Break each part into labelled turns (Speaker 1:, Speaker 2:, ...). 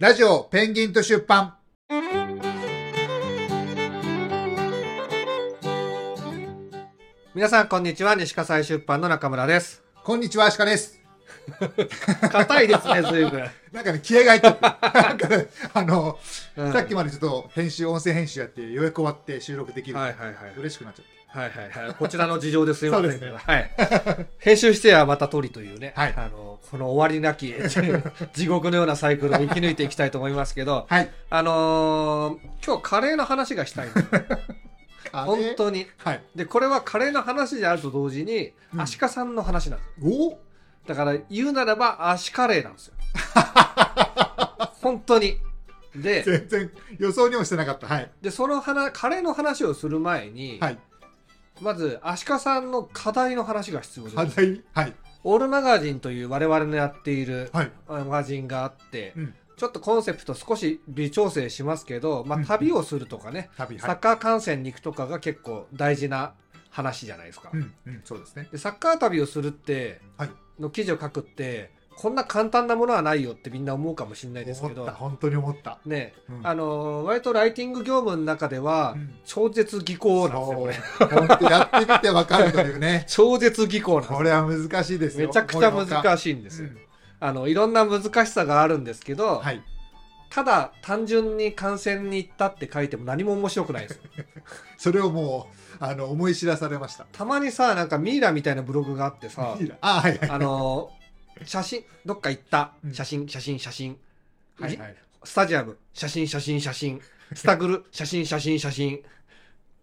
Speaker 1: ラジオペンギンと出版。
Speaker 2: 皆さんこんにちは西葛西出版の中 村です
Speaker 1: こんにちは、アシカです。
Speaker 2: 硬いです ね随分
Speaker 1: なんかね、気合が入ってる。なんかね、あの、
Speaker 2: うん
Speaker 1: さっきまでちょっと編集、音声編集やって、ようやく終わって収録できる。
Speaker 2: はいはいはい
Speaker 1: 嬉しくなっちゃっ
Speaker 2: はいはいはいこちらの事情ですいません
Speaker 1: そうですね
Speaker 2: はい編集してはまた通りというね、
Speaker 1: はい
Speaker 2: あのこの終わりなき 地獄のようなサイクルを生き抜いていきたいと思いますけど
Speaker 1: て。はい。
Speaker 2: あのー今日カレーの話がしたいの
Speaker 1: あ
Speaker 2: 本
Speaker 1: れ
Speaker 2: 当に
Speaker 1: はい。
Speaker 2: でこれはカレーの話であると同時に、
Speaker 1: うん
Speaker 2: アシカさんの話なんです
Speaker 1: お
Speaker 2: だから言うならばアシカレーなん ですよ本当にで
Speaker 1: 全然予想にもしてなかった。はい。
Speaker 2: でその話カレーの話をする前に、
Speaker 1: はい。
Speaker 2: まずアシカさんの課題の話が必要
Speaker 1: 課
Speaker 2: です
Speaker 1: 題はい。
Speaker 2: オールマガジンという我々のやっている
Speaker 1: はい。
Speaker 2: マガジンがあって、
Speaker 1: うん
Speaker 2: ちょっとコンセプト少し微調整しますけど、まあ、
Speaker 1: うん
Speaker 2: 旅をするとかね、
Speaker 1: 旅、は
Speaker 2: サ
Speaker 1: い
Speaker 2: ッ。カー観戦に行くとかが結構大事な話じゃないですか、
Speaker 1: うん、うん、そうですね。
Speaker 2: でサッカー旅をするって、
Speaker 1: はい
Speaker 2: の記事を書くってこんな簡単なものはないよってみんな思うかもしれないです
Speaker 1: 思
Speaker 2: け
Speaker 1: っ
Speaker 2: ど
Speaker 1: た、本当に思った。
Speaker 2: ね
Speaker 1: うん
Speaker 2: あのー割とライティング業務の中では、
Speaker 1: うん
Speaker 2: 超絶技巧なんですよこれ。
Speaker 1: そう本当やってみてわかるというね
Speaker 2: 超絶技巧なんです
Speaker 1: これは難しいですよ。
Speaker 2: めちゃくちゃ
Speaker 1: い
Speaker 2: 難しいんで
Speaker 1: です
Speaker 2: よ、あのいろんな難しさがあるんですけど、
Speaker 1: はい。
Speaker 2: ただ単純に観戦に行ったって書いても何も面白くないです
Speaker 1: それをもう、あの、思い知らされました。
Speaker 2: たまにさなんかミイラみたいなブログがあってさ
Speaker 1: いいなあ、はいはい。
Speaker 2: あの写真どっか行った
Speaker 1: うん
Speaker 2: 写真写真写真、
Speaker 1: はいはい。
Speaker 2: スタジアム写真写真写真スタグル写真写真写真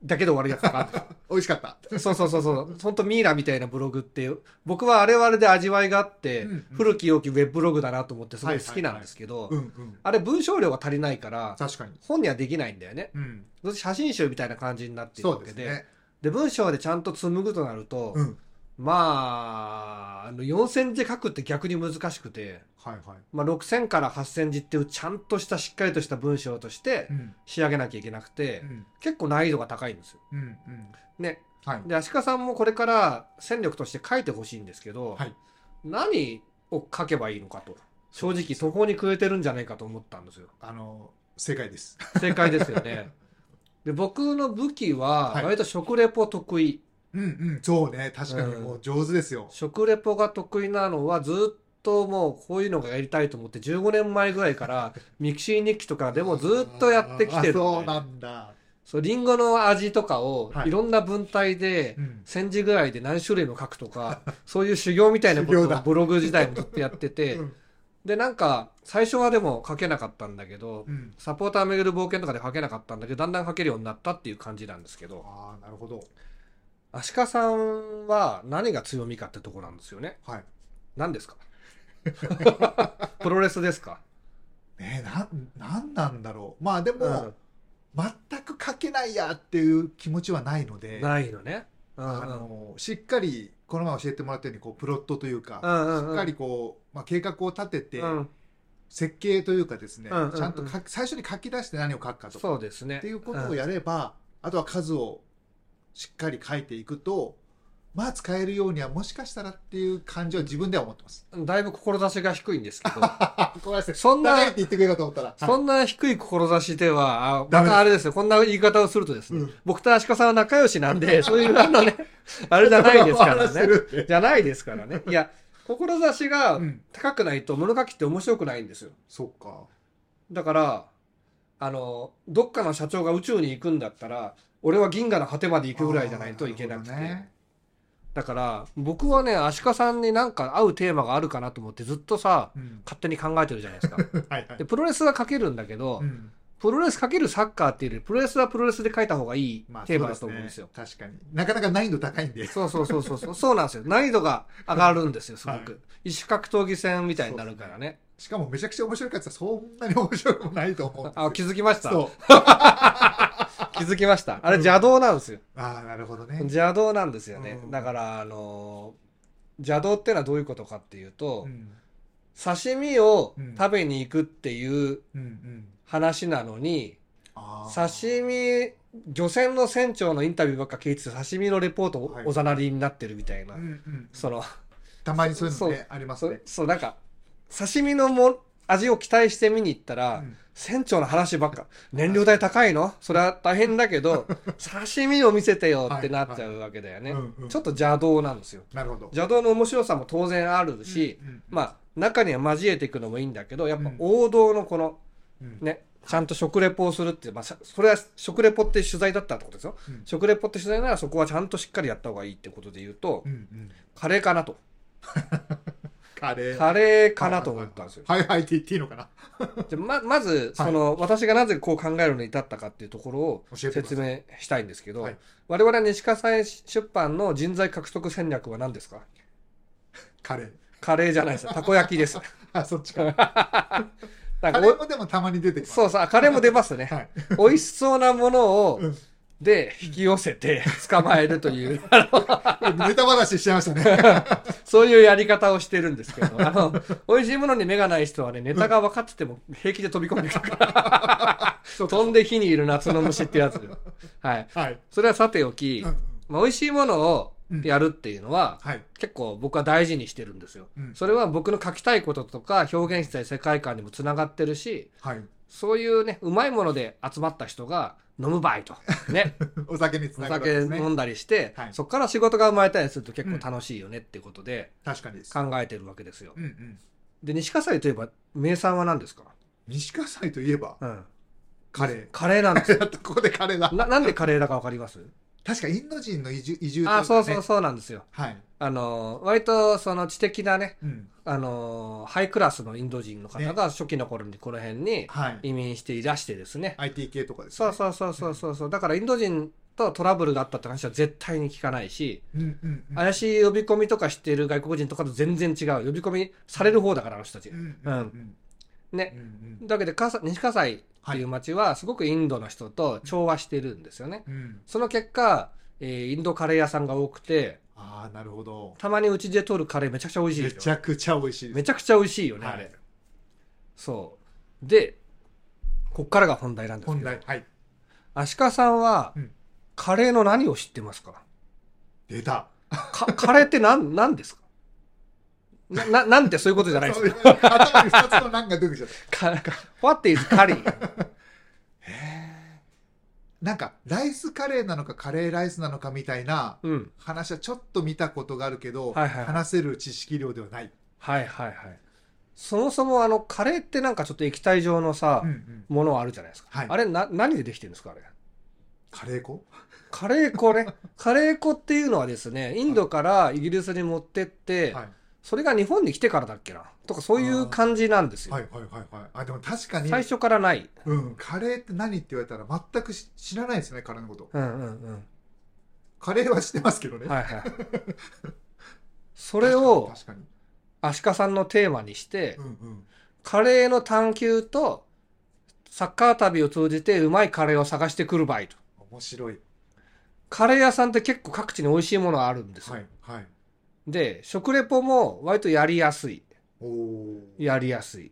Speaker 2: だけで終わるやつとかあって
Speaker 1: 美味しかった。
Speaker 2: そうそうそうそう。ほんとミイラみたいなブログっていう、僕はあれはあれで味わいがあって、
Speaker 1: うんうん
Speaker 2: 古き良きウェブブログだなと思ってすごい好きなんですけど、
Speaker 1: うんうん。
Speaker 2: あれ文章量が足りないから、
Speaker 1: 確かに。
Speaker 2: 本にはできないんだよね。
Speaker 1: うん。
Speaker 2: どうせ写真集みたいな感じになっている
Speaker 1: そ
Speaker 2: わ
Speaker 1: う
Speaker 2: け
Speaker 1: で
Speaker 2: で、
Speaker 1: す
Speaker 2: で
Speaker 1: ね。
Speaker 2: 文章でちゃんと紡ぐとなると、
Speaker 1: うん。
Speaker 2: まあ、あの4000字書くって逆に難しくて、
Speaker 1: はいはい。
Speaker 2: まあ、6000から8000字っていうちゃんとしたしっかりとした文章として
Speaker 1: うん。
Speaker 2: 仕上げなきゃいけなくて、
Speaker 1: うん。
Speaker 2: 結構難易度が高いんですよ。
Speaker 1: うん。うん。
Speaker 2: ね、
Speaker 1: はい。
Speaker 2: で足利さんもこれから戦力として書いてほしいんですけど、
Speaker 1: はい
Speaker 2: 何を書けばいいのかと正直途方に暮れてるんじゃないかと思ったんですよ
Speaker 1: あの、正解です。
Speaker 2: 正解ですよねで僕の武器は
Speaker 1: はい
Speaker 2: 割と食レポ得意、
Speaker 1: うんうん。そうね。確かにもう上手ですよ。
Speaker 2: 食レポが得意なのはずっともうこういうのがやりたいと思って15年前ぐらいからミキシー日記とかでもずっとやってき
Speaker 1: あ
Speaker 2: てる
Speaker 1: そうなんだ。
Speaker 2: そうリンゴの味とかを
Speaker 1: はい
Speaker 2: いろんな文体で
Speaker 1: うん。
Speaker 2: 1000字ぐらいで何種類も書くとか そういう修行みたいなこ
Speaker 1: 修
Speaker 2: と
Speaker 1: 行だ
Speaker 2: をブログ時代もずっとやってて、
Speaker 1: うん
Speaker 2: でなんか最初はでも書けなかったんだけど、
Speaker 1: うん。
Speaker 2: サポーター巡る冒険とかで書けなかったんだけどだんだん書けるようになったっていう感じなんですけど
Speaker 1: ああ、なるほど。
Speaker 2: 足利さんは何が強みかってとこなんですよね
Speaker 1: はい。
Speaker 2: 何ですかプロレスですか、
Speaker 1: ねえ、なん、なんなんだろう。まあで
Speaker 2: う
Speaker 1: も、全く書けないやっていう気持ちはないので、
Speaker 2: ん、ないのねうんうん
Speaker 1: あの、しっかり、この前教えてもらったように、こう、プロットという
Speaker 2: う
Speaker 1: か、
Speaker 2: んうん
Speaker 1: し
Speaker 2: う
Speaker 1: っ
Speaker 2: ん
Speaker 1: かりこう、まあ計画を立てて、
Speaker 2: うん
Speaker 1: 設計というかですね、
Speaker 2: うんうんうん
Speaker 1: ちゃんと書き最初に書き出して何を書くかとか
Speaker 2: そうですね
Speaker 1: っていうことをやれば、あとは数をしっかり書いていくとまあ使えるようにはもしかしたらっていう感じは自分では思ってます。
Speaker 2: うんだいぶ志が低いんですけど
Speaker 1: ごめんなさい。
Speaker 2: そんな
Speaker 1: 誰って言ってくれるかと思ったら。
Speaker 2: そ
Speaker 1: ん
Speaker 2: んな低い志では、あ
Speaker 1: ダメです
Speaker 2: またあれですよ、こんな言い方をするとですね、
Speaker 1: うん
Speaker 2: 僕と足利さんは仲良しなん で、そういうあのね、あれじゃないですからね。
Speaker 1: ね。
Speaker 2: じゃないですからね。いや、志が
Speaker 1: うん、
Speaker 2: 高くないと物書きって面白くないんですよ。
Speaker 1: そっか。
Speaker 2: だから、あの、どっかの社長が宇宙に行くんだったら、俺は銀河の果てまで行くぐらいじゃないといけなくて。
Speaker 1: あーるほどね
Speaker 2: だから、僕はね、足利さんになんか合うテーマがあるかなと思ってずっとさ、
Speaker 1: うん、
Speaker 2: 勝手に考えてるじゃないですか。
Speaker 1: はいはい
Speaker 2: で、。プロレ スは書けるんだけど、
Speaker 1: うん
Speaker 2: プロレスかけるサッカーっていうより、プロレスはプロレスで書いた方がいいテーマだと思うんですよ。
Speaker 1: まあそうね確かに。なかなか難易度高いんで。
Speaker 2: そうそうそうそう そう。そうなんですよ。難易度が上がるんですよ、すごく。
Speaker 1: は
Speaker 2: 一種格闘技戦みたいになるからね。
Speaker 1: しかもめちゃくちゃ面白いかって言ったらそんなに面白くもないと思うんですよ
Speaker 2: あ、気づきました。
Speaker 1: そう。
Speaker 2: 気づきました。あれ邪道なんですよ。
Speaker 1: ああ、なるほどね。
Speaker 2: 邪道なんですよね
Speaker 1: う。ん
Speaker 2: だから、あのー邪道ってのはどういうことかっていうと、
Speaker 1: うん
Speaker 2: 刺身を
Speaker 1: うん
Speaker 2: 食べに行くっていう
Speaker 1: うんうん。
Speaker 2: 話なのに、
Speaker 1: あー
Speaker 2: 刺身、漁船の船長のインタビューばっか聞いてて刺身のレポート
Speaker 1: はい
Speaker 2: おおざなりになってるみたいな。
Speaker 1: うんうん
Speaker 2: その
Speaker 1: たまにそういうの
Speaker 2: そ
Speaker 1: ねあります
Speaker 2: そう
Speaker 1: ね。
Speaker 2: そうなんか刺身のも味を期待して見に行ったら、
Speaker 1: うん
Speaker 2: 船長の話ばっか燃料代高いのそれは大変だ けど刺身を見せてよってなっちゃうわけだよね、
Speaker 1: うんうん
Speaker 2: ちょっと邪道なんですよ
Speaker 1: なるほど。
Speaker 2: 邪道の面白さも当然あるし、
Speaker 1: うん、
Speaker 2: まあ中には交えていくのもいいんだけどやっぱ王道のこの
Speaker 1: うん
Speaker 2: ねちゃんと食レポをするっていう、まあ、しゃそれは食レポって取材だったってことですよ、
Speaker 1: うん
Speaker 2: 食レポって取材ならそこはちゃんとしっかりやった方がいいってことで言うと、
Speaker 1: うんうん、
Speaker 2: カレーかなと
Speaker 1: カレー。
Speaker 2: カレーかなと思ったんですよ
Speaker 1: はいはいって言っていいのかな
Speaker 2: じゃあままずその、私がなぜこう考えるのに至ったかっていうところを
Speaker 1: 教えてくださ
Speaker 2: 説
Speaker 1: い
Speaker 2: 明したいんですけど、
Speaker 1: はい
Speaker 2: 我々西葛西出版の人材獲得戦略は何ですか
Speaker 1: カレー。
Speaker 2: カレーじゃないですたこ焼きです
Speaker 1: あ、そっちか。
Speaker 2: なん
Speaker 1: カ
Speaker 2: か
Speaker 1: レー
Speaker 2: お
Speaker 1: もでもたまに出てきます。
Speaker 2: そうそうあカレーも出ますね
Speaker 1: はい。
Speaker 2: 美味しそうなものを、
Speaker 1: うん
Speaker 2: で引き寄せて捕まえるという
Speaker 1: ネタ話しちゃいましたね。
Speaker 2: そういうやり方をしてるんですけどあの美味しいものに目がない人はねネタが分かってても平気で飛び込んでくるから 飛んで火にいる夏の虫ってやつはい
Speaker 1: はい。
Speaker 2: それはさておき、
Speaker 1: うんうん
Speaker 2: まあ、美味しいものをやるっていうのは、
Speaker 1: はい。
Speaker 2: 結構僕は大事にしてるんですよ、
Speaker 1: うん
Speaker 2: それは僕の書きたいこととか表現したい世界観にもつながってるし
Speaker 1: はい。
Speaker 2: そういうねうまいもので集まった人が飲む 場合とね
Speaker 1: お酒につ
Speaker 2: お
Speaker 1: ながるわ
Speaker 2: 酒
Speaker 1: けです
Speaker 2: 飲
Speaker 1: ね。
Speaker 2: んだりして、
Speaker 1: はい
Speaker 2: そこから仕事が生まれたりすると結構楽しいよねってことで
Speaker 1: 確かにです。
Speaker 2: 考えてるわけですよ、
Speaker 1: うんうん。
Speaker 2: で西葛西といえば名産は何ですか、
Speaker 1: 西葛西といえば、
Speaker 2: うん、
Speaker 1: カレ
Speaker 2: カレーなんです
Speaker 1: ー。やっとここでカレーだ。
Speaker 2: ななんでカレーだか分かります
Speaker 1: 確かインド人の移住、移住といかね
Speaker 2: あそうそうそうなんですよ
Speaker 1: はい。
Speaker 2: あの割とその知的なね
Speaker 1: うん。
Speaker 2: あのハイクラスのインド人の方が初期の頃にこの辺に
Speaker 1: はい。
Speaker 2: 移民していらしてですね。
Speaker 1: IT 系とかです
Speaker 2: そ
Speaker 1: ね。
Speaker 2: うそうそうそうそうそう。だからインド人とトラブルがあったって話は絶対に聞かないし、
Speaker 1: うんうんうん。
Speaker 2: 怪しい呼び込みとかしてる外国人とかと全然違う。呼び込みされる方だからあの人たち
Speaker 1: う。んうんうん。
Speaker 2: ね。
Speaker 1: うん
Speaker 2: だけどかさ西葛西っていう町はすごくインドの人と調和してるんですよね。
Speaker 1: うん。うん。
Speaker 2: その結果、えーインドカレー屋さんが多くて、
Speaker 1: ああ、なるほど。
Speaker 2: たまにうちで取るカレーめちゃくちゃ美味しいで
Speaker 1: め
Speaker 2: すよ。
Speaker 1: ちゃくちゃ美味しいで
Speaker 2: め
Speaker 1: す。
Speaker 2: ちゃくちゃ美味しいよね、
Speaker 1: はい
Speaker 2: あれそうでこっからが本題なんです
Speaker 1: 本
Speaker 2: けど
Speaker 1: 題。はい。
Speaker 2: 足利さんは、
Speaker 1: うん
Speaker 2: カレーの何を知ってますか
Speaker 1: 出た。
Speaker 2: かカレーって何何ですかなななんてそういうことじゃないです
Speaker 1: そう頭に二つの難が出てきちゃった。
Speaker 2: かか What is カリー
Speaker 1: へーなんかライスカレーなのかカレーライスなのかみたいな
Speaker 2: うん
Speaker 1: 話はちょっと見たことがあるけど、
Speaker 2: はいはい
Speaker 1: 話せる知識量ではない、
Speaker 2: はいはいはいそもそもあのカレーってなんかちょっと液体状のさ、
Speaker 1: うんうん
Speaker 2: ものあるじゃないですか、
Speaker 1: はい
Speaker 2: あれな何でできてるんですかあれ
Speaker 1: カレー粉
Speaker 2: カレー粉ねカレー粉っていうのはですねインドからイギリスに持ってって、
Speaker 1: はい
Speaker 2: それが日本に来てからだっけなとかそういう感じなんですよ、
Speaker 1: はいはいはいはいあでも確かに、
Speaker 2: 最初からない、
Speaker 1: うん、カレーって何って言われたら全くし知らないですねカレーのこと
Speaker 2: うんうん
Speaker 1: カレーは知ってますけど
Speaker 2: う
Speaker 1: ね、
Speaker 2: ん、はい はいそれを
Speaker 1: 確かに
Speaker 2: 足利さんのテーマにして
Speaker 1: 確かに、うんうん、
Speaker 2: カレーの探求とサッカー旅を通じてうまいカレーを探してくる場合と
Speaker 1: 面白い
Speaker 2: カレー屋さんって結構各地に美味しいものがあるんですよ、
Speaker 1: はいはい
Speaker 2: で食レポも割とやりやすい
Speaker 1: おお
Speaker 2: やりやすい、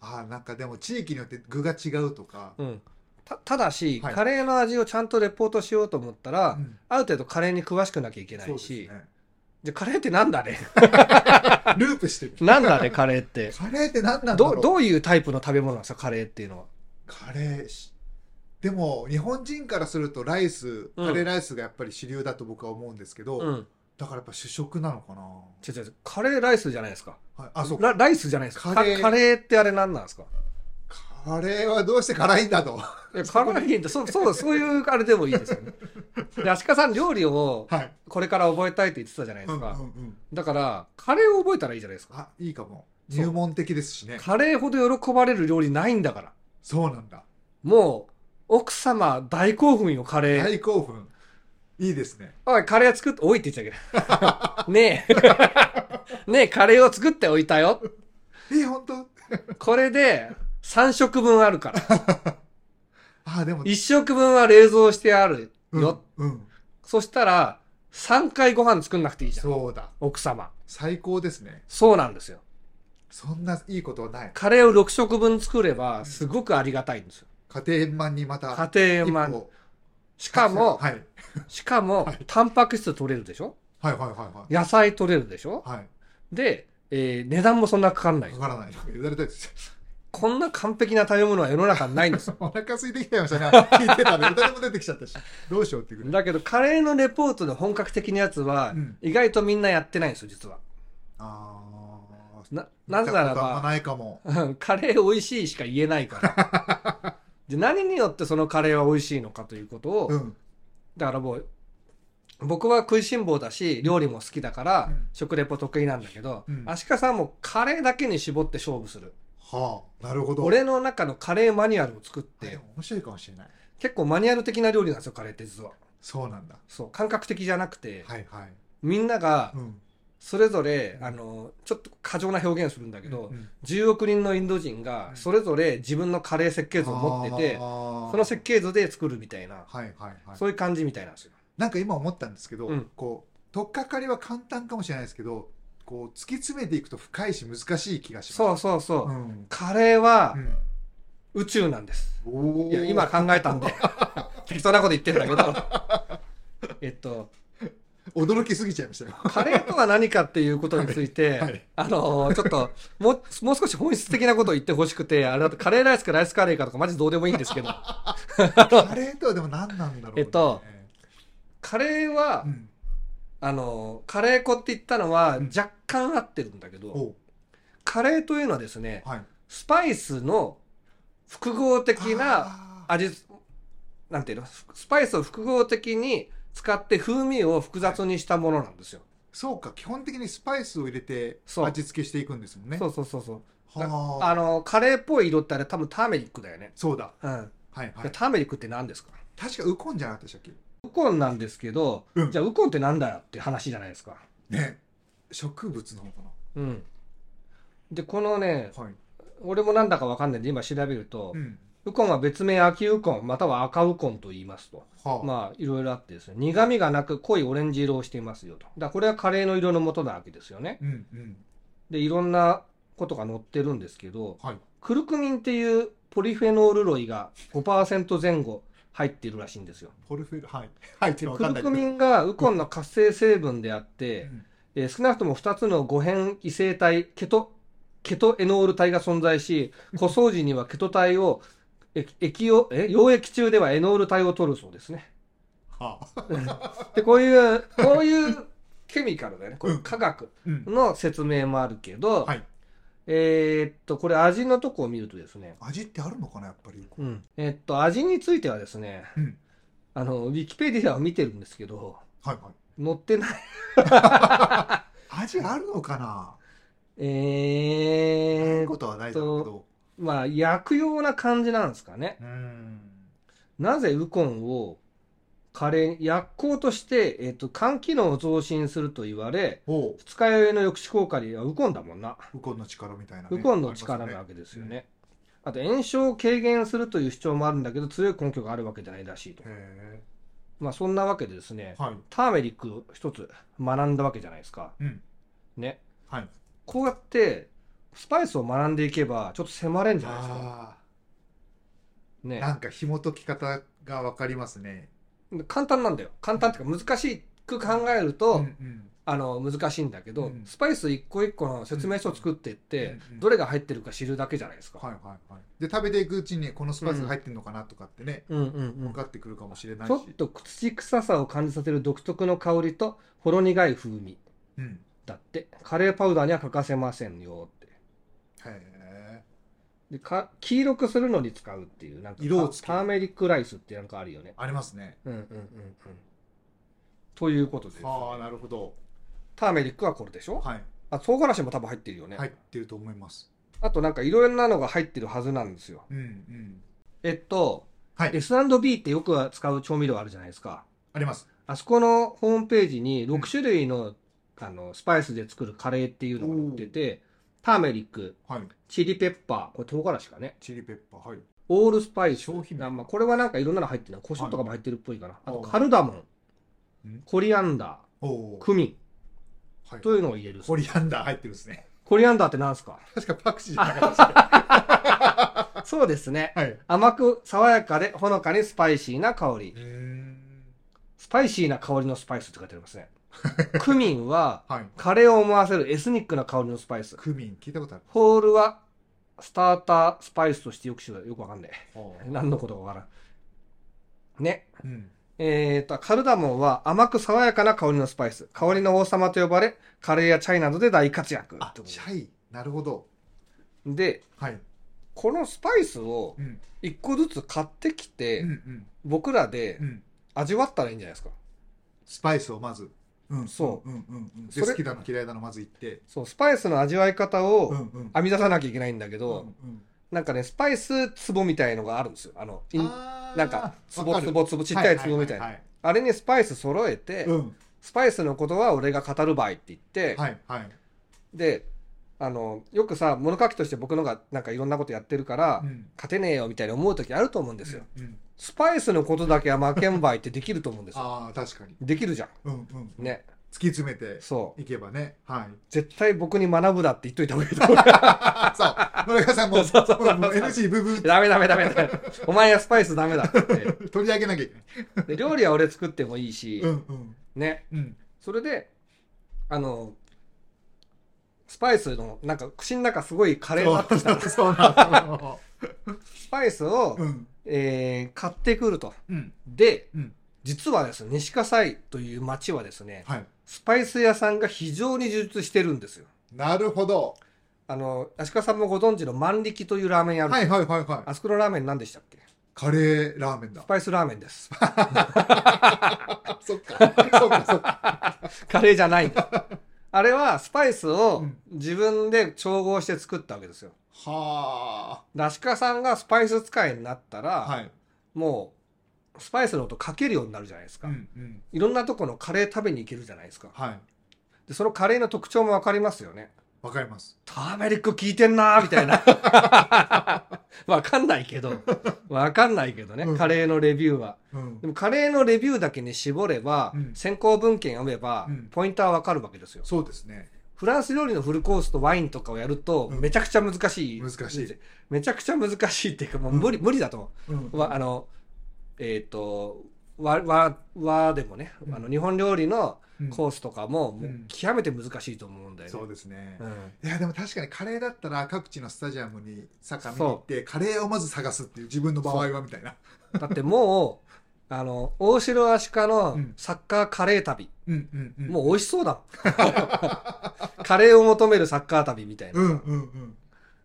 Speaker 1: あーなんかでも地域によって具が違うとか、
Speaker 2: うん、たただし、
Speaker 1: はい
Speaker 2: カレーの味をちゃんとレポートしようと思ったら、
Speaker 1: うん
Speaker 2: ある程度カレーに詳しくなきゃいけないし、
Speaker 1: そうですね
Speaker 2: じゃあカレーってなんだね
Speaker 1: ループしてる
Speaker 2: なんだねカレーって
Speaker 1: カレーって何なんだろう
Speaker 2: どどういうタイプの食べ物なんですかカレーっていうのは
Speaker 1: カレーしでも日本人からするとライス
Speaker 2: うん
Speaker 1: カレーライスがやっぱり主流だと僕は思うんですけど、
Speaker 2: うん
Speaker 1: だからやっぱ主食なのかな、
Speaker 2: 違う違う違うカレーライスじゃないですか
Speaker 1: はい、あそうか
Speaker 2: ラライスじゃないですか
Speaker 1: カ
Speaker 2: カ
Speaker 1: レ
Speaker 2: レ
Speaker 1: ー
Speaker 2: ーカレーってあれ何なんですか
Speaker 1: カレーはどうして辛いんだと
Speaker 2: いやカレーって そうそうそういうあれでもいいですよ ねで足利さん料理を
Speaker 1: はい、
Speaker 2: これから覚えたいって言ってたじゃない
Speaker 1: うん
Speaker 2: で
Speaker 1: う
Speaker 2: す
Speaker 1: ん
Speaker 2: か、
Speaker 1: うん、
Speaker 2: だからカレーを覚えたらいいじゃないですか
Speaker 1: あいいかも
Speaker 2: そう
Speaker 1: 入門的ですしね
Speaker 2: カレーほど喜ばれる料理ないんだから
Speaker 1: そうなんだ
Speaker 2: もう奥様大興奮よカレー、
Speaker 1: 大興奮いいですね
Speaker 2: おい、カレー作って、おいって言っちゃい けない。ねえ。ねえ、カレーを作っておいたよ。
Speaker 1: え本当
Speaker 2: これで、3食分あるから。
Speaker 1: あでも
Speaker 2: 1食分は冷蔵してあるよ。
Speaker 1: うん、うん、
Speaker 2: そしたら、3回ご飯作んなくていいじゃん。
Speaker 1: そうだ
Speaker 2: 奥様。
Speaker 1: 最高ですね
Speaker 2: そうなんですよ。
Speaker 1: そんないいことはない
Speaker 2: カレーを6食分作れば、すごくありがたいんですよ。
Speaker 1: 家庭円満にまた
Speaker 2: 家庭円
Speaker 1: 一
Speaker 2: 満。
Speaker 1: 歩
Speaker 2: しかも、
Speaker 1: はい、
Speaker 2: しかも
Speaker 1: はい、
Speaker 2: タンパク質取れるでしょ
Speaker 1: はいはいはい
Speaker 2: 野菜取れるでしょ
Speaker 1: はいはい
Speaker 2: で、えー値段もそんなかかんない
Speaker 1: わ。からない。やられたいです。
Speaker 2: こんな完璧な食べ物は世の中ないんです。
Speaker 1: お腹空いてきちゃいましたね。聞いてたら、誰も出てきちゃったし。どうしようっていうぐらい。
Speaker 2: だけど、カレーのレポートで本格的なやつは
Speaker 1: うん、
Speaker 2: 意外とみんなやってないんですよ、実は。
Speaker 1: あー
Speaker 2: な、なぜなら
Speaker 1: 見たことあんま
Speaker 2: ば、
Speaker 1: ないかも。
Speaker 2: うんカレー美味しいしか言えないから。 で、何によってそのカレーは美味しいのかということを、
Speaker 1: うん。
Speaker 2: だからもう、僕は食いしん坊だし、料理も好きだから
Speaker 1: うん、
Speaker 2: 食レポ得意なんだけど
Speaker 1: うん、
Speaker 2: アシカさんもカレーだけに絞って勝負する。
Speaker 1: はあ、なるほど。
Speaker 2: 俺の中のカレーマニュアルを作っ
Speaker 1: あで
Speaker 2: て
Speaker 1: も、面白いかもしれない。
Speaker 2: 結構マニュアル的な料理なんですよ、カレーって実は。
Speaker 1: そうなんだ。
Speaker 2: そう、感覚的じゃなくて、
Speaker 1: はいはい。
Speaker 2: みんなが
Speaker 1: うん。
Speaker 2: それぞれ、
Speaker 1: うん
Speaker 2: あの、ちょっと過剰な表現するんだけど、
Speaker 1: うん
Speaker 2: 10億人のインド人
Speaker 1: う
Speaker 2: が
Speaker 1: ん
Speaker 2: それぞれ自分のカレー設計図を持ってて、
Speaker 1: そ
Speaker 2: その設計図で作るみたいな、
Speaker 1: はいはいはい。
Speaker 2: そういう感じみたいなんですよ。
Speaker 1: なんか今思ったんですけど、
Speaker 2: うん
Speaker 1: こう、とっかかりは簡単かもしれないですけど、こう、突き詰めていくと深いし難しい気がします。
Speaker 2: そうそうそう。
Speaker 1: うん。
Speaker 2: カレーは
Speaker 1: うん
Speaker 2: 宇宙なんです。
Speaker 1: おー
Speaker 2: いや、今考え たんで、適当なこと言ってるんだけ ど、えっと、
Speaker 1: 驚きすぎちゃいま したよ。
Speaker 2: カレーとは何かっていうことについて、
Speaker 1: はいはい
Speaker 2: あのーちょっともう、もう少し本質的なことを言ってほしくて、あれだとカレーライスかライスカレーかとかマジどうでもいいんで すけど、
Speaker 1: カレーとはでも何なんだろう、ね。
Speaker 2: えっとカレーは、
Speaker 1: うん、
Speaker 2: あのーカレー粉って言ったのは
Speaker 1: うん
Speaker 2: 若干合ってるんだけど、
Speaker 1: おう
Speaker 2: カレーというのはですね、
Speaker 1: はい。
Speaker 2: スパイスの複合的な
Speaker 1: あー
Speaker 2: 味、なんていうの、スパイスを複合的に使って風味を複雑にしたものなんですよ。
Speaker 1: そうか、基本的にスパイスを入れて
Speaker 2: そう
Speaker 1: 味付けしていくんですもんね。
Speaker 2: そうそうそうそう。
Speaker 1: はあ
Speaker 2: あのーカレーっぽい色ってあれ多分ターメリックだよね。
Speaker 1: そうだ。
Speaker 2: うん。
Speaker 1: はいは
Speaker 2: で
Speaker 1: い。
Speaker 2: ターメリックって何ですか
Speaker 1: 確かウコンじゃなかったでしたっけ
Speaker 2: ウコンなんですけど、
Speaker 1: うん
Speaker 2: じゃあウコンってなんだよって話じゃないですか。
Speaker 1: ね。植物の方か
Speaker 2: うん。で、このね、
Speaker 1: な。はい。
Speaker 2: 俺もなんだかわかんないんで今調べると、
Speaker 1: うん。
Speaker 2: ウコンは別名秋ウコンまたは赤ウコンと言いますと。
Speaker 1: はあ。
Speaker 2: まあ、いろいろあってですね、苦味がなく濃いオレンジ色をしていますよと。だからこれはカレーの色の元なわけですよね。
Speaker 1: うんうん。
Speaker 2: で、いろんなことが載ってるんですけど、
Speaker 1: はい。
Speaker 2: クルクミンっていうポリフェノール類が5%前後入っているらしいんですよ。
Speaker 1: ポルフェル、はい。はい、ってわ
Speaker 2: ク
Speaker 1: かん
Speaker 2: ル
Speaker 1: ない
Speaker 2: ク
Speaker 1: けど
Speaker 2: ミンがウコンの活性成分であって、
Speaker 1: うん
Speaker 2: えー少なくとも2つの誤変異性体ケトケトエノール体が存在し小掃除にはケト体をえ液をえ溶液中ではエノール体を取るそうです ね
Speaker 1: はあ。
Speaker 2: でこういうこういうケミカルだよねこれ
Speaker 1: うん
Speaker 2: 科学
Speaker 1: うん。
Speaker 2: の説明もあるけど、
Speaker 1: はい。
Speaker 2: えーっとこれ味のとこを見るとですね、
Speaker 1: 味ってあるのかな、やっぱり。
Speaker 2: うんえーっと味についてはですね
Speaker 1: うん。
Speaker 2: あのウィキペディアを見てるんですけど
Speaker 1: はいはい。
Speaker 2: 載ってない
Speaker 1: 味あるのかなな
Speaker 2: え
Speaker 1: い
Speaker 2: ー
Speaker 1: こ、とはないだろうけど。
Speaker 2: まあ薬用な感じなんですかね
Speaker 1: うーん。
Speaker 2: なぜウコンをカレーに薬効として、えっと肝機能を増進すると言われ
Speaker 1: おう。
Speaker 2: 二日酔いの抑止効果にはウコンだもんな、
Speaker 1: ウコンの力みたいなね。
Speaker 2: ウコンの力なわけですよねあと炎症を軽減するという主張もあるんだけど強い根拠があるわけじゃないらしいと
Speaker 1: ありますよね。へ
Speaker 2: まあそんなわけでですね
Speaker 1: え。はい。
Speaker 2: ターメリックを一つ学んだわけじゃないですか
Speaker 1: うん。
Speaker 2: ね
Speaker 1: はい。
Speaker 2: こうやってスパイスを学んでいけばちょっと迫れんじゃないですか
Speaker 1: ああ。
Speaker 2: ね
Speaker 1: なんか紐解き方がわかりますね。
Speaker 2: 簡単なんだよ簡単っていうか難しく考える
Speaker 1: う
Speaker 2: と、
Speaker 1: んうん。
Speaker 2: あの難しいんだけど、
Speaker 1: うん
Speaker 2: スパイス一個一個の説明書を作っていって、
Speaker 1: うんうん
Speaker 2: どれが入ってるか知るだけじゃないですか、
Speaker 1: はいはいはい。で、食べていくうちに、このスパイスが入ってんのかなとかってね、
Speaker 2: うんうんうん
Speaker 1: 分かってくるかもしれない
Speaker 2: ち
Speaker 1: し。
Speaker 2: ょっと土臭さを感じさせる独特の香りとほろ苦い風味
Speaker 1: うん。
Speaker 2: だってカレーパウダーには欠かせませんよって
Speaker 1: へえ。
Speaker 2: でか黄色くするのに使うっていうなんか
Speaker 1: 色をつける
Speaker 2: ターメリックライスってなんかあるよね
Speaker 1: ありますね。
Speaker 2: うんうんうんうんということです
Speaker 1: ああ、なるほど。
Speaker 2: ターメリックはこれでしょ
Speaker 1: はい。
Speaker 2: あ唐辛子も多分入ってるよね、
Speaker 1: 入ってると思います。
Speaker 2: あとなんかいろいろなのが入ってるはずなんですよ
Speaker 1: うんうん。
Speaker 2: えっと
Speaker 1: はい。
Speaker 2: S&B ってよくは使う調味料あるじゃないですか。
Speaker 1: あります。
Speaker 2: あそこのホームページに6種類の,、あのスパイスで作るカレーっていうのが載ってて、ターメリック、
Speaker 1: はい。
Speaker 2: チリペッパー、これ唐辛子かね。
Speaker 1: チリペッパー。はい。
Speaker 2: オールスパイス。
Speaker 1: 商品名
Speaker 2: あまあ、これはなんかいろんなの入ってるな。胡椒とかも入ってるっぽいかな。あと
Speaker 1: おう
Speaker 2: カルダモ
Speaker 1: うん
Speaker 2: ン、コリアンダ
Speaker 1: お
Speaker 2: ー、
Speaker 1: お。
Speaker 2: クミ
Speaker 1: は
Speaker 2: ン
Speaker 1: い。
Speaker 2: というのを入れる。
Speaker 1: コリアンダー入ってるんです ね。
Speaker 2: コリアンダーって何すか
Speaker 1: 確かパクチーじゃなかったです
Speaker 2: そうですね。
Speaker 1: けど。 はい。
Speaker 2: 甘く爽やかでほのかにスパイシーな香り
Speaker 1: う。ーん。
Speaker 2: スパイシーな香りのスパイスって書いてありますね。クミンは
Speaker 1: はい。
Speaker 2: カレーを思わせるエスニックな香りのスパイス。
Speaker 1: クミン、聞いたことある。
Speaker 2: ホールはスタータースパイスとしてよくしようよくわかんね
Speaker 1: ほ
Speaker 2: え。何のことかわからん。ね。
Speaker 1: ううん
Speaker 2: えーと、カルダモンは甘く爽やかな香りのスパイス。香りの王様と呼ばれ、カレーやチャイなどで大活躍。
Speaker 1: あ
Speaker 2: ってこと
Speaker 1: シャイなるほど
Speaker 2: で、
Speaker 1: はい
Speaker 2: このスパイスを
Speaker 1: うん
Speaker 2: 一個ずつ買ってき
Speaker 1: う
Speaker 2: て、
Speaker 1: んうん
Speaker 2: 僕らで
Speaker 1: うん
Speaker 2: 味わったらいいんじゃないですか。
Speaker 1: スパイスをまず
Speaker 3: うん
Speaker 2: そ
Speaker 3: うんうんうん
Speaker 1: で
Speaker 2: それ
Speaker 1: 好きなの嫌いなのまず言って
Speaker 2: そう、スパイスの味わい方を
Speaker 3: うんうん
Speaker 2: 編み出さなきゃいけないんだけど、
Speaker 3: うん
Speaker 2: なんかね、スパイス壺みたいのがあるんですよ。あの、い
Speaker 1: あー
Speaker 2: なんか、壺
Speaker 1: わ
Speaker 2: 壺
Speaker 1: る
Speaker 2: 壺ちっちゃい壺みたい
Speaker 1: は
Speaker 2: な。
Speaker 1: い
Speaker 2: あれにスパイス揃えて、
Speaker 3: うんうん
Speaker 2: スパイスのことは俺が語る場合って言って、
Speaker 1: はいはいはい
Speaker 2: で、あの、よくさ、物書きとして僕のがなんかいろんなことやってるから、
Speaker 1: うん
Speaker 2: 勝てねえよみたいに思う時あると思うんですよ。
Speaker 1: うん
Speaker 2: スパイスのことだけは負けんばいってできると思うんですよ。
Speaker 1: ああ確かに
Speaker 2: できるじゃ
Speaker 3: うんうん
Speaker 2: ん。ね。
Speaker 1: 突き詰めて
Speaker 2: そう。
Speaker 1: いけばねはい
Speaker 2: 絶対僕に学ぶだって言っといた方がいいと思う。
Speaker 1: あそう村上さんももうもう NG 部分
Speaker 2: ダメダメダメダメ。お前はスパイスダメだって言っ
Speaker 1: 取り上げなきゃいけない
Speaker 2: て。で、料理は俺作ってもいいし
Speaker 3: う、んうん
Speaker 2: ね。
Speaker 1: うん
Speaker 2: それで、あの、スパイスの、なんか口の中すごいカレーがあってき た。
Speaker 1: そうそうな の
Speaker 2: スパイスを、
Speaker 3: うん
Speaker 2: えー買ってくると。
Speaker 1: うん
Speaker 2: で、
Speaker 1: うん
Speaker 2: 実はですね、西葛西という町はですね、
Speaker 1: はい
Speaker 2: スパイス屋さんが非常に充実してるんですよ。
Speaker 1: なるほど
Speaker 2: あの、足利さんもご存知の万力というラーメン屋ある。
Speaker 1: はいはいはいはい
Speaker 2: あそこのラーメン何でしたっけ
Speaker 1: カレーラーメンだ
Speaker 2: スパイスラーメンです。
Speaker 1: あそっか そっかそっか
Speaker 2: カレーじゃないんだ。あれはスパイス
Speaker 1: う
Speaker 2: を
Speaker 1: ん
Speaker 2: 自分で調合して作ったわけですよ。
Speaker 1: は
Speaker 2: で足利さんがスパイス使いになった
Speaker 1: あ
Speaker 2: ら、
Speaker 1: はい
Speaker 2: もうスパイスの音かけるようになるじゃないです
Speaker 1: う
Speaker 2: か、
Speaker 1: んうん
Speaker 2: いろんなとこのカレー食べに行けるじゃないですか
Speaker 1: はい
Speaker 2: でそのカレーの特徴も分かりますよね
Speaker 1: わかります
Speaker 2: ターメリック効いて んなーみたいな分かんないけど分かんないけどね、
Speaker 1: うん
Speaker 2: カレーのレビューは
Speaker 1: うん
Speaker 2: でもカレーのレビューだけに絞れば、
Speaker 1: うん
Speaker 2: 先行文献読めば、
Speaker 1: うん
Speaker 2: ポイントは分かるわけですよ
Speaker 1: そうですね
Speaker 2: フランス料理のフルコースとワインとかをやると、
Speaker 1: うん
Speaker 2: めちゃくちゃ難しい
Speaker 1: 難しい
Speaker 2: めちゃくちゃ難しいっていうかもう無理,、無理だと思う
Speaker 3: うん
Speaker 2: わあのえっ、と和和和でもね、
Speaker 1: うん
Speaker 2: あの日本料理の
Speaker 1: うん
Speaker 2: コースとかももううん極めて難しいと思うんだよね。
Speaker 1: そうですね
Speaker 2: うん
Speaker 1: いやでも確かにカレーだったら各地のスタジアムにサッカー見に行ってカレーをまず探すっていう自分の場合はみたいな
Speaker 2: だってもうあの大城アシカの
Speaker 1: うん
Speaker 2: サッカーカレー旅、
Speaker 1: うんうんうん
Speaker 2: もう美味しそうだもん カレーを求めるサッカー旅みたいな、
Speaker 1: うんうんうん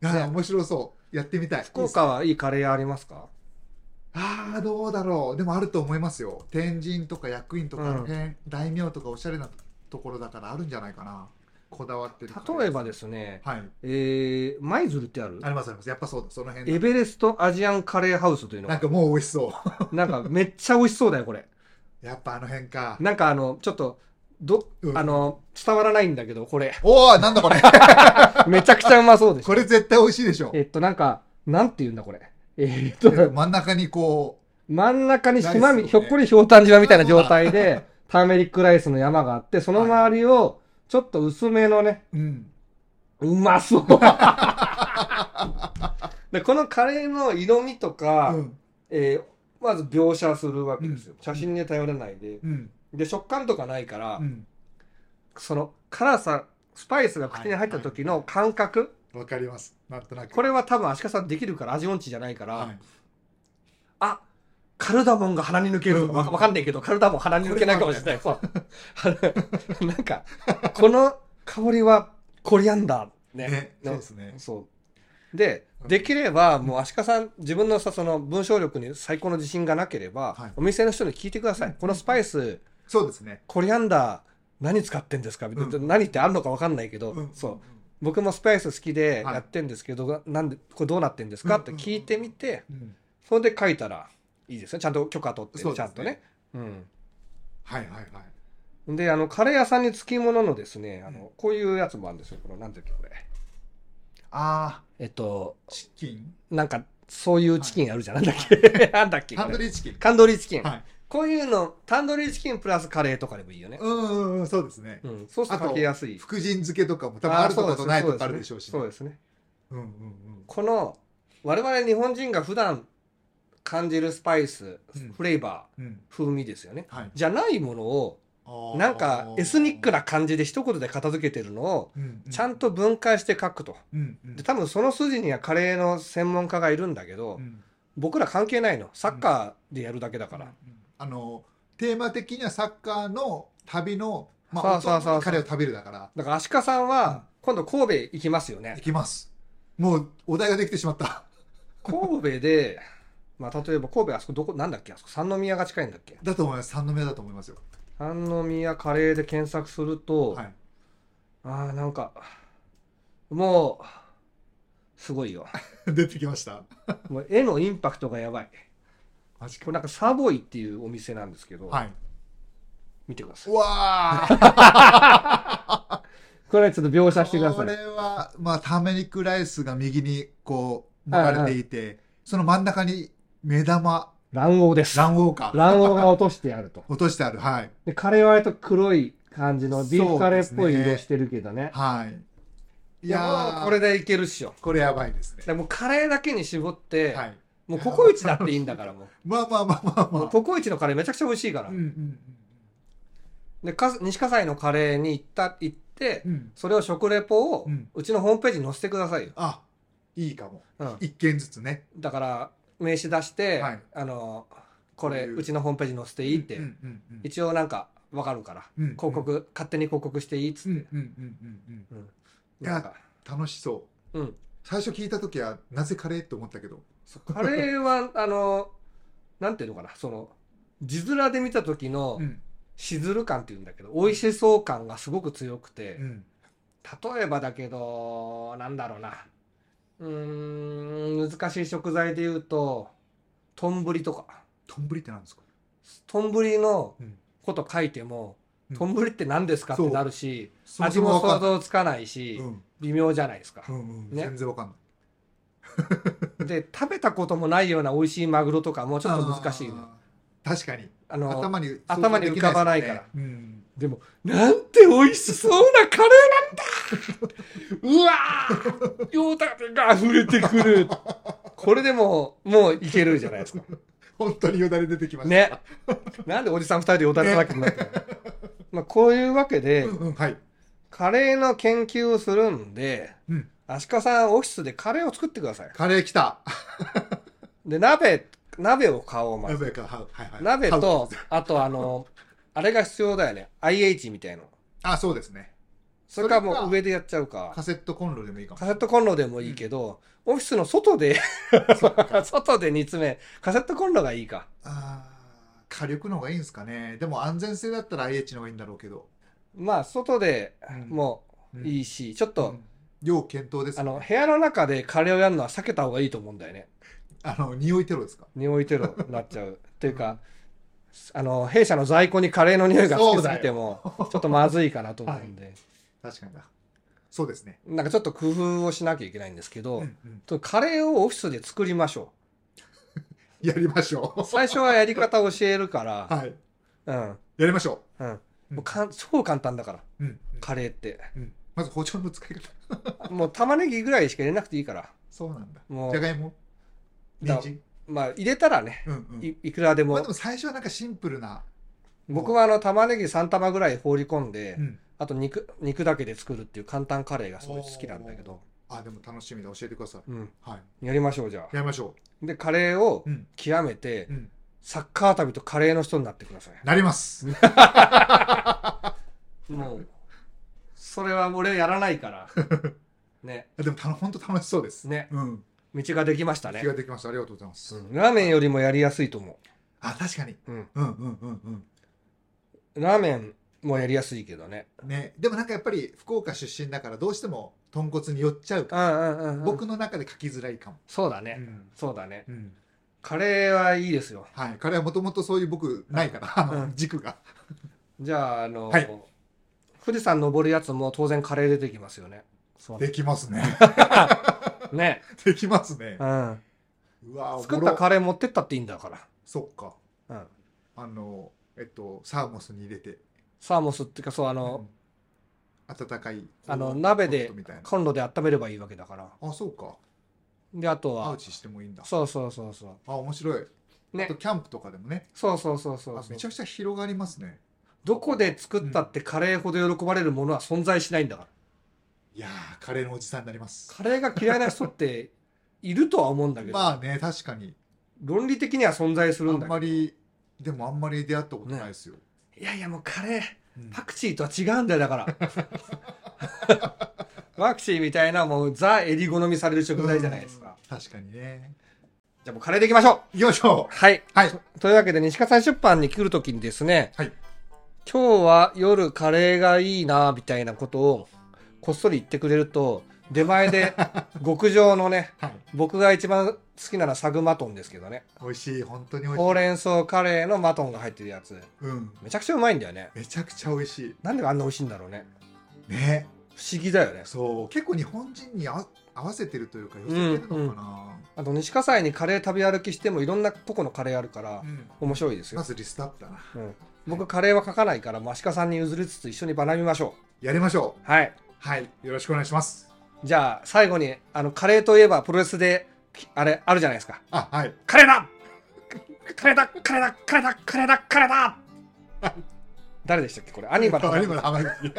Speaker 1: いや面白そうやってみたい
Speaker 2: 福岡はいいカレー屋ありますか
Speaker 1: ああどうだろうでもあると思いますよ天神とか役員とかあの辺、大名とかおしゃれなところだからあるんじゃないかなこだわってる
Speaker 2: 例えばですすね、
Speaker 1: はい
Speaker 2: えー、舞鶴ってある
Speaker 1: ありますありますやっぱそうだその辺
Speaker 2: エ
Speaker 1: だ
Speaker 2: ベレストアジアンカレーハウスというの
Speaker 1: なん
Speaker 2: が
Speaker 1: かもう美味しそ
Speaker 2: なんかめっちゃ美味しそうだよこれ
Speaker 1: うやっぱあの辺か
Speaker 2: なんかあの、ちょっと、ど、
Speaker 1: うん
Speaker 2: あの、伝わらないんだけど、これ。
Speaker 1: おおなんだこれ
Speaker 2: めちゃくちゃうまそうでしょ。
Speaker 1: これ絶対美味しいでしょ
Speaker 2: えっと、なんか、なんて言うんだ、これ。えっと、
Speaker 1: 真ん中にこ
Speaker 2: 真ん中に島み、
Speaker 1: ライス
Speaker 2: ひ
Speaker 1: を
Speaker 2: ょ
Speaker 1: ね
Speaker 2: っこりひょうたん島みたいな状態で、ターメリックライスの山があって、その周りを、ちょっと薄めのね、
Speaker 1: ううん
Speaker 2: う まそう。で、このカレーの色味とか、
Speaker 1: うん
Speaker 2: えーまず描写するわけですよ。写真に頼らないで。
Speaker 1: うん
Speaker 2: で、食感とかないから、
Speaker 1: うん
Speaker 2: その辛さスパイスが口に入った時の感覚、
Speaker 1: わかりますなんとなく
Speaker 2: これは多分足利さんできるから味音痴じゃないから、
Speaker 1: はい
Speaker 2: あカルダモンが鼻に抜けるとか
Speaker 1: うん
Speaker 2: わわかんないけどカルダモン鼻に抜けないかもしれないそうなん かこの香りはコリアンダーね
Speaker 1: ねそう
Speaker 2: ね
Speaker 1: ですね
Speaker 2: そうで
Speaker 1: うん
Speaker 2: できればもう足利さん自分のさその文章力に最高の自信がなければ、
Speaker 1: はい
Speaker 2: お店の人に聞いてください、このスパイス
Speaker 1: そうですね
Speaker 2: コリアンダー何使ってんですかみたいな、
Speaker 1: う
Speaker 2: 何ってあるのかわかんないけど、そう僕もスパイス好きで
Speaker 1: はい
Speaker 2: やってんですけど、なんでこれどうなってんですかって聞いてみて、
Speaker 1: うん
Speaker 2: それで書いたらいいですねちゃんと許可取って、
Speaker 1: そうですね
Speaker 2: ちゃんとね。う
Speaker 1: はいはいはい
Speaker 2: ん、であのカレー屋さんにつきもののですねあの、こういうやつもあるんですよこのなんていうのこれ
Speaker 1: あ
Speaker 2: えっと
Speaker 1: ーチキン
Speaker 2: なんかそういうチキンあるじゃん、なんだっ け なんだっけ
Speaker 1: タンド
Speaker 2: これ
Speaker 1: リーチキン
Speaker 2: タンドリーチキン、
Speaker 1: はい
Speaker 2: こういうのタンドリーチキンプラスカレーとかでもいいよね、
Speaker 1: うんうんうんそうですね
Speaker 2: うんそうするとかけやすい
Speaker 1: 福神漬けとかも多分あるとことないとかあ
Speaker 2: あ
Speaker 1: るでしょうしね、
Speaker 2: そうですね
Speaker 1: うんうんうん
Speaker 2: この我々日本人が普段感じるスパイス、
Speaker 1: うん
Speaker 2: フレーバー
Speaker 1: うん
Speaker 2: 風味ですよね
Speaker 1: はい
Speaker 2: じゃないものをなんかエスニック
Speaker 1: な、
Speaker 2: な感じで一言で片付けてるのを
Speaker 1: うん
Speaker 2: ちゃん、と分解して書くと。
Speaker 1: うんうん
Speaker 2: で多分その筋にはカレーの専門家がいるんだけど、
Speaker 1: うん
Speaker 2: 僕ら関係ないのサッカーでやるだけだから、
Speaker 1: うんあのテーマ的にはサッカーの旅の、まあ、
Speaker 2: そうそうそうそう
Speaker 1: 彼を食べるだから
Speaker 2: だから足利さんは今度神戸行きますよ
Speaker 1: 行
Speaker 2: ね
Speaker 1: きますもうお題ができてしまった
Speaker 2: 神戸で、まあ、例えば神戸あそこどこなんだっけあそこ三宮が近いんだっけ
Speaker 1: だと思います三の目だと思いますよ
Speaker 2: 三宮カレーで検索すると、
Speaker 1: はい
Speaker 2: ああなんかもうすごいよ
Speaker 1: 出てきました
Speaker 2: もう絵のインパクトがやばい
Speaker 1: マジか
Speaker 2: これなんかサボイっていうお店なんですけど、
Speaker 1: はい
Speaker 2: 見てくださいう
Speaker 1: わー
Speaker 2: これちょっと描写してくださ
Speaker 1: こ
Speaker 2: い
Speaker 1: れは、まあ、ターメリックライスが右にこう巻かれていて、その真ん中に目玉
Speaker 2: 卵黄です
Speaker 1: 卵黄か
Speaker 2: 卵黄が落としてあると
Speaker 1: 落としてあるはい
Speaker 2: で、カレーは割と黒い感じのビーフカレーっぽい色してるけどね。
Speaker 1: はいい
Speaker 2: いや
Speaker 1: や
Speaker 2: も
Speaker 1: ー
Speaker 2: うこれでいけるっしょ。
Speaker 1: これやばいですね
Speaker 2: でもうカレーだけに絞って、
Speaker 1: はい
Speaker 2: もうココイチだっていいんだからも
Speaker 1: まあまあまあまあ
Speaker 2: う。
Speaker 1: ま
Speaker 2: もう
Speaker 1: あ
Speaker 2: ココイチのカレーめちゃくちゃ美味しいから。
Speaker 1: うんうん
Speaker 2: でか西葛西のカレーに行った行って、
Speaker 1: うんうん
Speaker 2: それを食レポを
Speaker 1: うん
Speaker 2: うちのホームページに載せてくださいよ。
Speaker 1: あいいかも
Speaker 2: うん、
Speaker 1: 一軒ずつね
Speaker 2: だから名刺出して、
Speaker 1: はい
Speaker 2: あのこ
Speaker 1: こ
Speaker 2: れ
Speaker 1: ういう
Speaker 2: うちのホームページに載せていいって、
Speaker 1: うんうんうん
Speaker 2: 一応なんかわかるから、
Speaker 1: うんうん
Speaker 2: 広告勝手に広告していいっつ
Speaker 1: うん
Speaker 2: っ
Speaker 1: うん
Speaker 2: て、
Speaker 1: うんうんうんいや
Speaker 2: なんか
Speaker 1: 楽しそう
Speaker 2: うん、
Speaker 1: 最初聞いた時はなぜカレーって思ったけど
Speaker 2: そうカレーは あのなんていうのかなその字面で見た時の
Speaker 1: うん
Speaker 2: しずる感っていうんだけど美味しそう感がすごく強くて
Speaker 1: うん
Speaker 2: 例えばだけどなんだろうなうーん難しい食材で言うと丼とか
Speaker 1: 丼ってなんですか
Speaker 2: 丼の
Speaker 1: うん
Speaker 2: こと書いても
Speaker 1: うん
Speaker 2: 丼って何ですかってなるし
Speaker 1: そ
Speaker 2: 味も想
Speaker 1: わかんない
Speaker 2: 像つかないし
Speaker 1: うん
Speaker 2: 微妙じゃないですか
Speaker 1: う。んうん
Speaker 2: ね
Speaker 1: 全然わかんない
Speaker 2: で食べたこともないような美味しいマグロとかもちょっと難しいね
Speaker 1: あー確かに
Speaker 2: あの
Speaker 1: 頭に
Speaker 2: 頭に浮かばないから
Speaker 1: 想像できですよね
Speaker 2: でも、なんて美味しそうなカレーなんだうわーヨタが溢れてくるこれでもう、もういけるじゃない ですか。
Speaker 1: うん 本当によだれ出てきました
Speaker 2: ね。なんでおじさん二人でヨタだらけになったのまあ、こういうわけで
Speaker 1: うん、うんはい
Speaker 2: カレーの研究をするんで、
Speaker 1: うん
Speaker 2: アシカさんオフィスでカレーを作ってください。
Speaker 1: カレー来た
Speaker 2: で、鍋、鍋を買おう、まず
Speaker 1: 鍋かははいはい
Speaker 2: 鍋
Speaker 1: は
Speaker 2: と、あとあの、あれが必要だよね。IH みたいの。
Speaker 1: あそうですね
Speaker 2: それかも
Speaker 1: それか
Speaker 2: う上でやっちゃうか
Speaker 1: カ。セットコンロでもいいかも
Speaker 2: カセットコンロでもいいけど、オフィスの外で、 外で煮詰め、カセットコンロがいいか。
Speaker 1: あー火力の方がいいんですかねでも安全性だったら IH の方がいいんだろうけど、
Speaker 2: まあ、外でもうい
Speaker 1: い
Speaker 2: いし、ちょっと、
Speaker 1: 要検討です
Speaker 2: あ
Speaker 1: よね、
Speaker 2: の、部屋の中でカレーをやるのは避けた方がいいと思うんだよね。
Speaker 1: あの匂いテロですか
Speaker 2: 匂いテロになっちゃう。っていうか、あの、弊社の在庫にカレーの匂いがつきすぎても、ちょっとまずいかなと思 うんで、
Speaker 1: 確かにだそうですね、
Speaker 2: なんかちょっと工夫をしなきゃいけないんですけ
Speaker 1: う
Speaker 2: ど、
Speaker 1: んうん
Speaker 2: とカレーをオフィスで作りましょ
Speaker 1: やりましょ
Speaker 2: う。最初はやり方を教えるか
Speaker 1: う
Speaker 2: ら、
Speaker 1: はい
Speaker 2: うん、
Speaker 1: やりましょ
Speaker 2: うん。もうかん超簡単だから。
Speaker 1: う、うんうん
Speaker 2: カレーって。
Speaker 1: うんまず包丁の使い方
Speaker 2: もう玉ねぎぐらいしか入れなくていいから。
Speaker 1: そうなんだ
Speaker 2: もう
Speaker 1: じゃがいも
Speaker 2: だ
Speaker 1: 人参
Speaker 2: まあ、入れたらね、
Speaker 1: うんうん
Speaker 2: いいくらで
Speaker 1: まあ
Speaker 2: も
Speaker 1: で。も最初はなんかシンプルな、
Speaker 2: 僕はあの、玉ねぎ3玉ぐらい放り込んで
Speaker 1: う、ん、
Speaker 2: あと肉、肉だけで作るっていう簡単カレーがすごい好きなんだけど。
Speaker 1: あでも楽しみだ教えてください
Speaker 2: うん。
Speaker 1: はい
Speaker 2: やりましょう、じゃあ。
Speaker 1: やりましょ
Speaker 2: で、カレーを
Speaker 1: ううん
Speaker 2: 極めて
Speaker 1: う、ん
Speaker 2: サッカー旅とカレーの人になってくださ
Speaker 1: なります
Speaker 2: い。もう、それは俺やらな いから。ね。
Speaker 1: でもたの本当楽しそうです
Speaker 2: ね。
Speaker 1: うん
Speaker 2: 道ができましたね
Speaker 1: 気。ができましたありがとうございます、
Speaker 2: うんラーメンよりもやりやすいと思
Speaker 1: あ確かに
Speaker 2: う。うん。
Speaker 1: うんうんうん
Speaker 2: ラーメンもやりやすいけどね。
Speaker 1: うんねでもなんかやっぱり福岡出身だからどうしても豚骨に寄っちゃう
Speaker 2: う
Speaker 1: か
Speaker 2: んうんうんうん。
Speaker 1: ら僕の中で書きづらいかも、
Speaker 2: そうだね、
Speaker 1: ん
Speaker 2: そうだね。
Speaker 1: うん
Speaker 2: カレーはいいですよ。
Speaker 1: はい彼はもともとそういう僕ないから、あの
Speaker 2: うん
Speaker 1: 軸が
Speaker 2: じゃあ、あの、
Speaker 1: はい
Speaker 2: 富士山登るやつも当然カレー出てきますよね。そう
Speaker 1: できます ね
Speaker 2: ね。
Speaker 1: できますね
Speaker 2: うん。
Speaker 1: うわ
Speaker 2: 作った
Speaker 1: か
Speaker 2: カレー持ってったっていいんだか。
Speaker 1: そっから
Speaker 2: うん。
Speaker 1: あのえっとサーモスに入れて
Speaker 2: サーモスっていうか、そう、あ
Speaker 1: う
Speaker 2: の
Speaker 1: ん、温かい
Speaker 2: あの鍋
Speaker 1: ホ
Speaker 2: で
Speaker 1: ットみたいな
Speaker 2: コンロで温めればいいわけだから。
Speaker 1: あそうか
Speaker 2: で、あと
Speaker 1: アウ
Speaker 2: は、
Speaker 1: チしてもいいんだ
Speaker 2: そうそうそうそ。
Speaker 1: あ面白いうあ
Speaker 2: ね
Speaker 1: と。キャンプとかでもね
Speaker 2: そうそうそうそう
Speaker 1: あ
Speaker 2: そ
Speaker 1: め
Speaker 2: う
Speaker 1: ちゃくちゃ広がりますね
Speaker 2: どこで作ったってカレーほど喜ばれるものは存在しないんだから。
Speaker 1: いやー、カレーのおじさんになります。
Speaker 2: カレーが嫌いな人っているとは思うん だけど、
Speaker 1: まあね、確かに。
Speaker 2: 論理的には存在す
Speaker 1: あ
Speaker 2: るん
Speaker 1: ん
Speaker 2: だ
Speaker 1: ま
Speaker 2: け
Speaker 1: り、でもあんまり出会ったことないですよ。
Speaker 2: ど。いやいやもうカレー、
Speaker 1: うん
Speaker 2: パクチーとは違うんだよ、だから。 パクチーみたいなもうザ・エリ好みされる食材じゃないですか。
Speaker 1: うん確かにね。
Speaker 2: じゃあもうカレーでいきましょう
Speaker 1: よいしょ
Speaker 2: はい。
Speaker 1: はい。
Speaker 2: というわけで、西葛西出版に来るときにですね、
Speaker 1: はい
Speaker 2: 今日は夜カレーがいいな、みたいなことをこっそり言ってくれると、出前 で極上のね、
Speaker 1: はい。
Speaker 2: 僕が一番好きなのはサグマトンですけどね。
Speaker 1: 美味しい、本当に美味しい。
Speaker 2: ほうれん草カレーのマトンが入ってるやつ。
Speaker 1: うん。
Speaker 2: めちゃくちゃうまいんだよね。
Speaker 1: めちゃくちゃ美味し
Speaker 2: なんであんな美味しいんだろうね。
Speaker 1: い。ね。
Speaker 2: 不思議だよね。
Speaker 1: そう。結構日本人にあ合わせてるというか、寄せてるのかな。
Speaker 2: あと、西葛西にカレー食べ歩きしてもいろんなとこのカレーあるから
Speaker 1: う、ん
Speaker 2: 面白いです
Speaker 1: ま
Speaker 2: よ。
Speaker 1: ずリストアップだな。
Speaker 2: うん、僕、カレーは書かないから、マシカさんに譲りつつ一緒に学びましょ
Speaker 1: やりましょ
Speaker 2: う。はい。
Speaker 1: う。はい。よろしくお願いします。
Speaker 2: じゃあ最後にあのカレーといえばプロレスできあれあるじゃないですか
Speaker 1: あ、 はい。
Speaker 2: カレーだカレーだカレーだカレーだカレーだカレーだ誰でしたっけこれアニバル
Speaker 1: アニマル 浜口。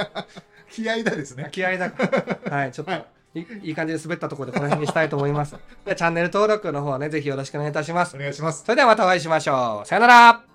Speaker 1: 気合いだですね。
Speaker 2: 気合いだ からはいちょっと、、
Speaker 1: はい
Speaker 2: いい感じで滑ったところでこの辺にしたいと思いますではチャンネル登録の方ねぜひよろしくお願いいたします
Speaker 1: お願いします。
Speaker 2: それではまたお会いしましょうさよなら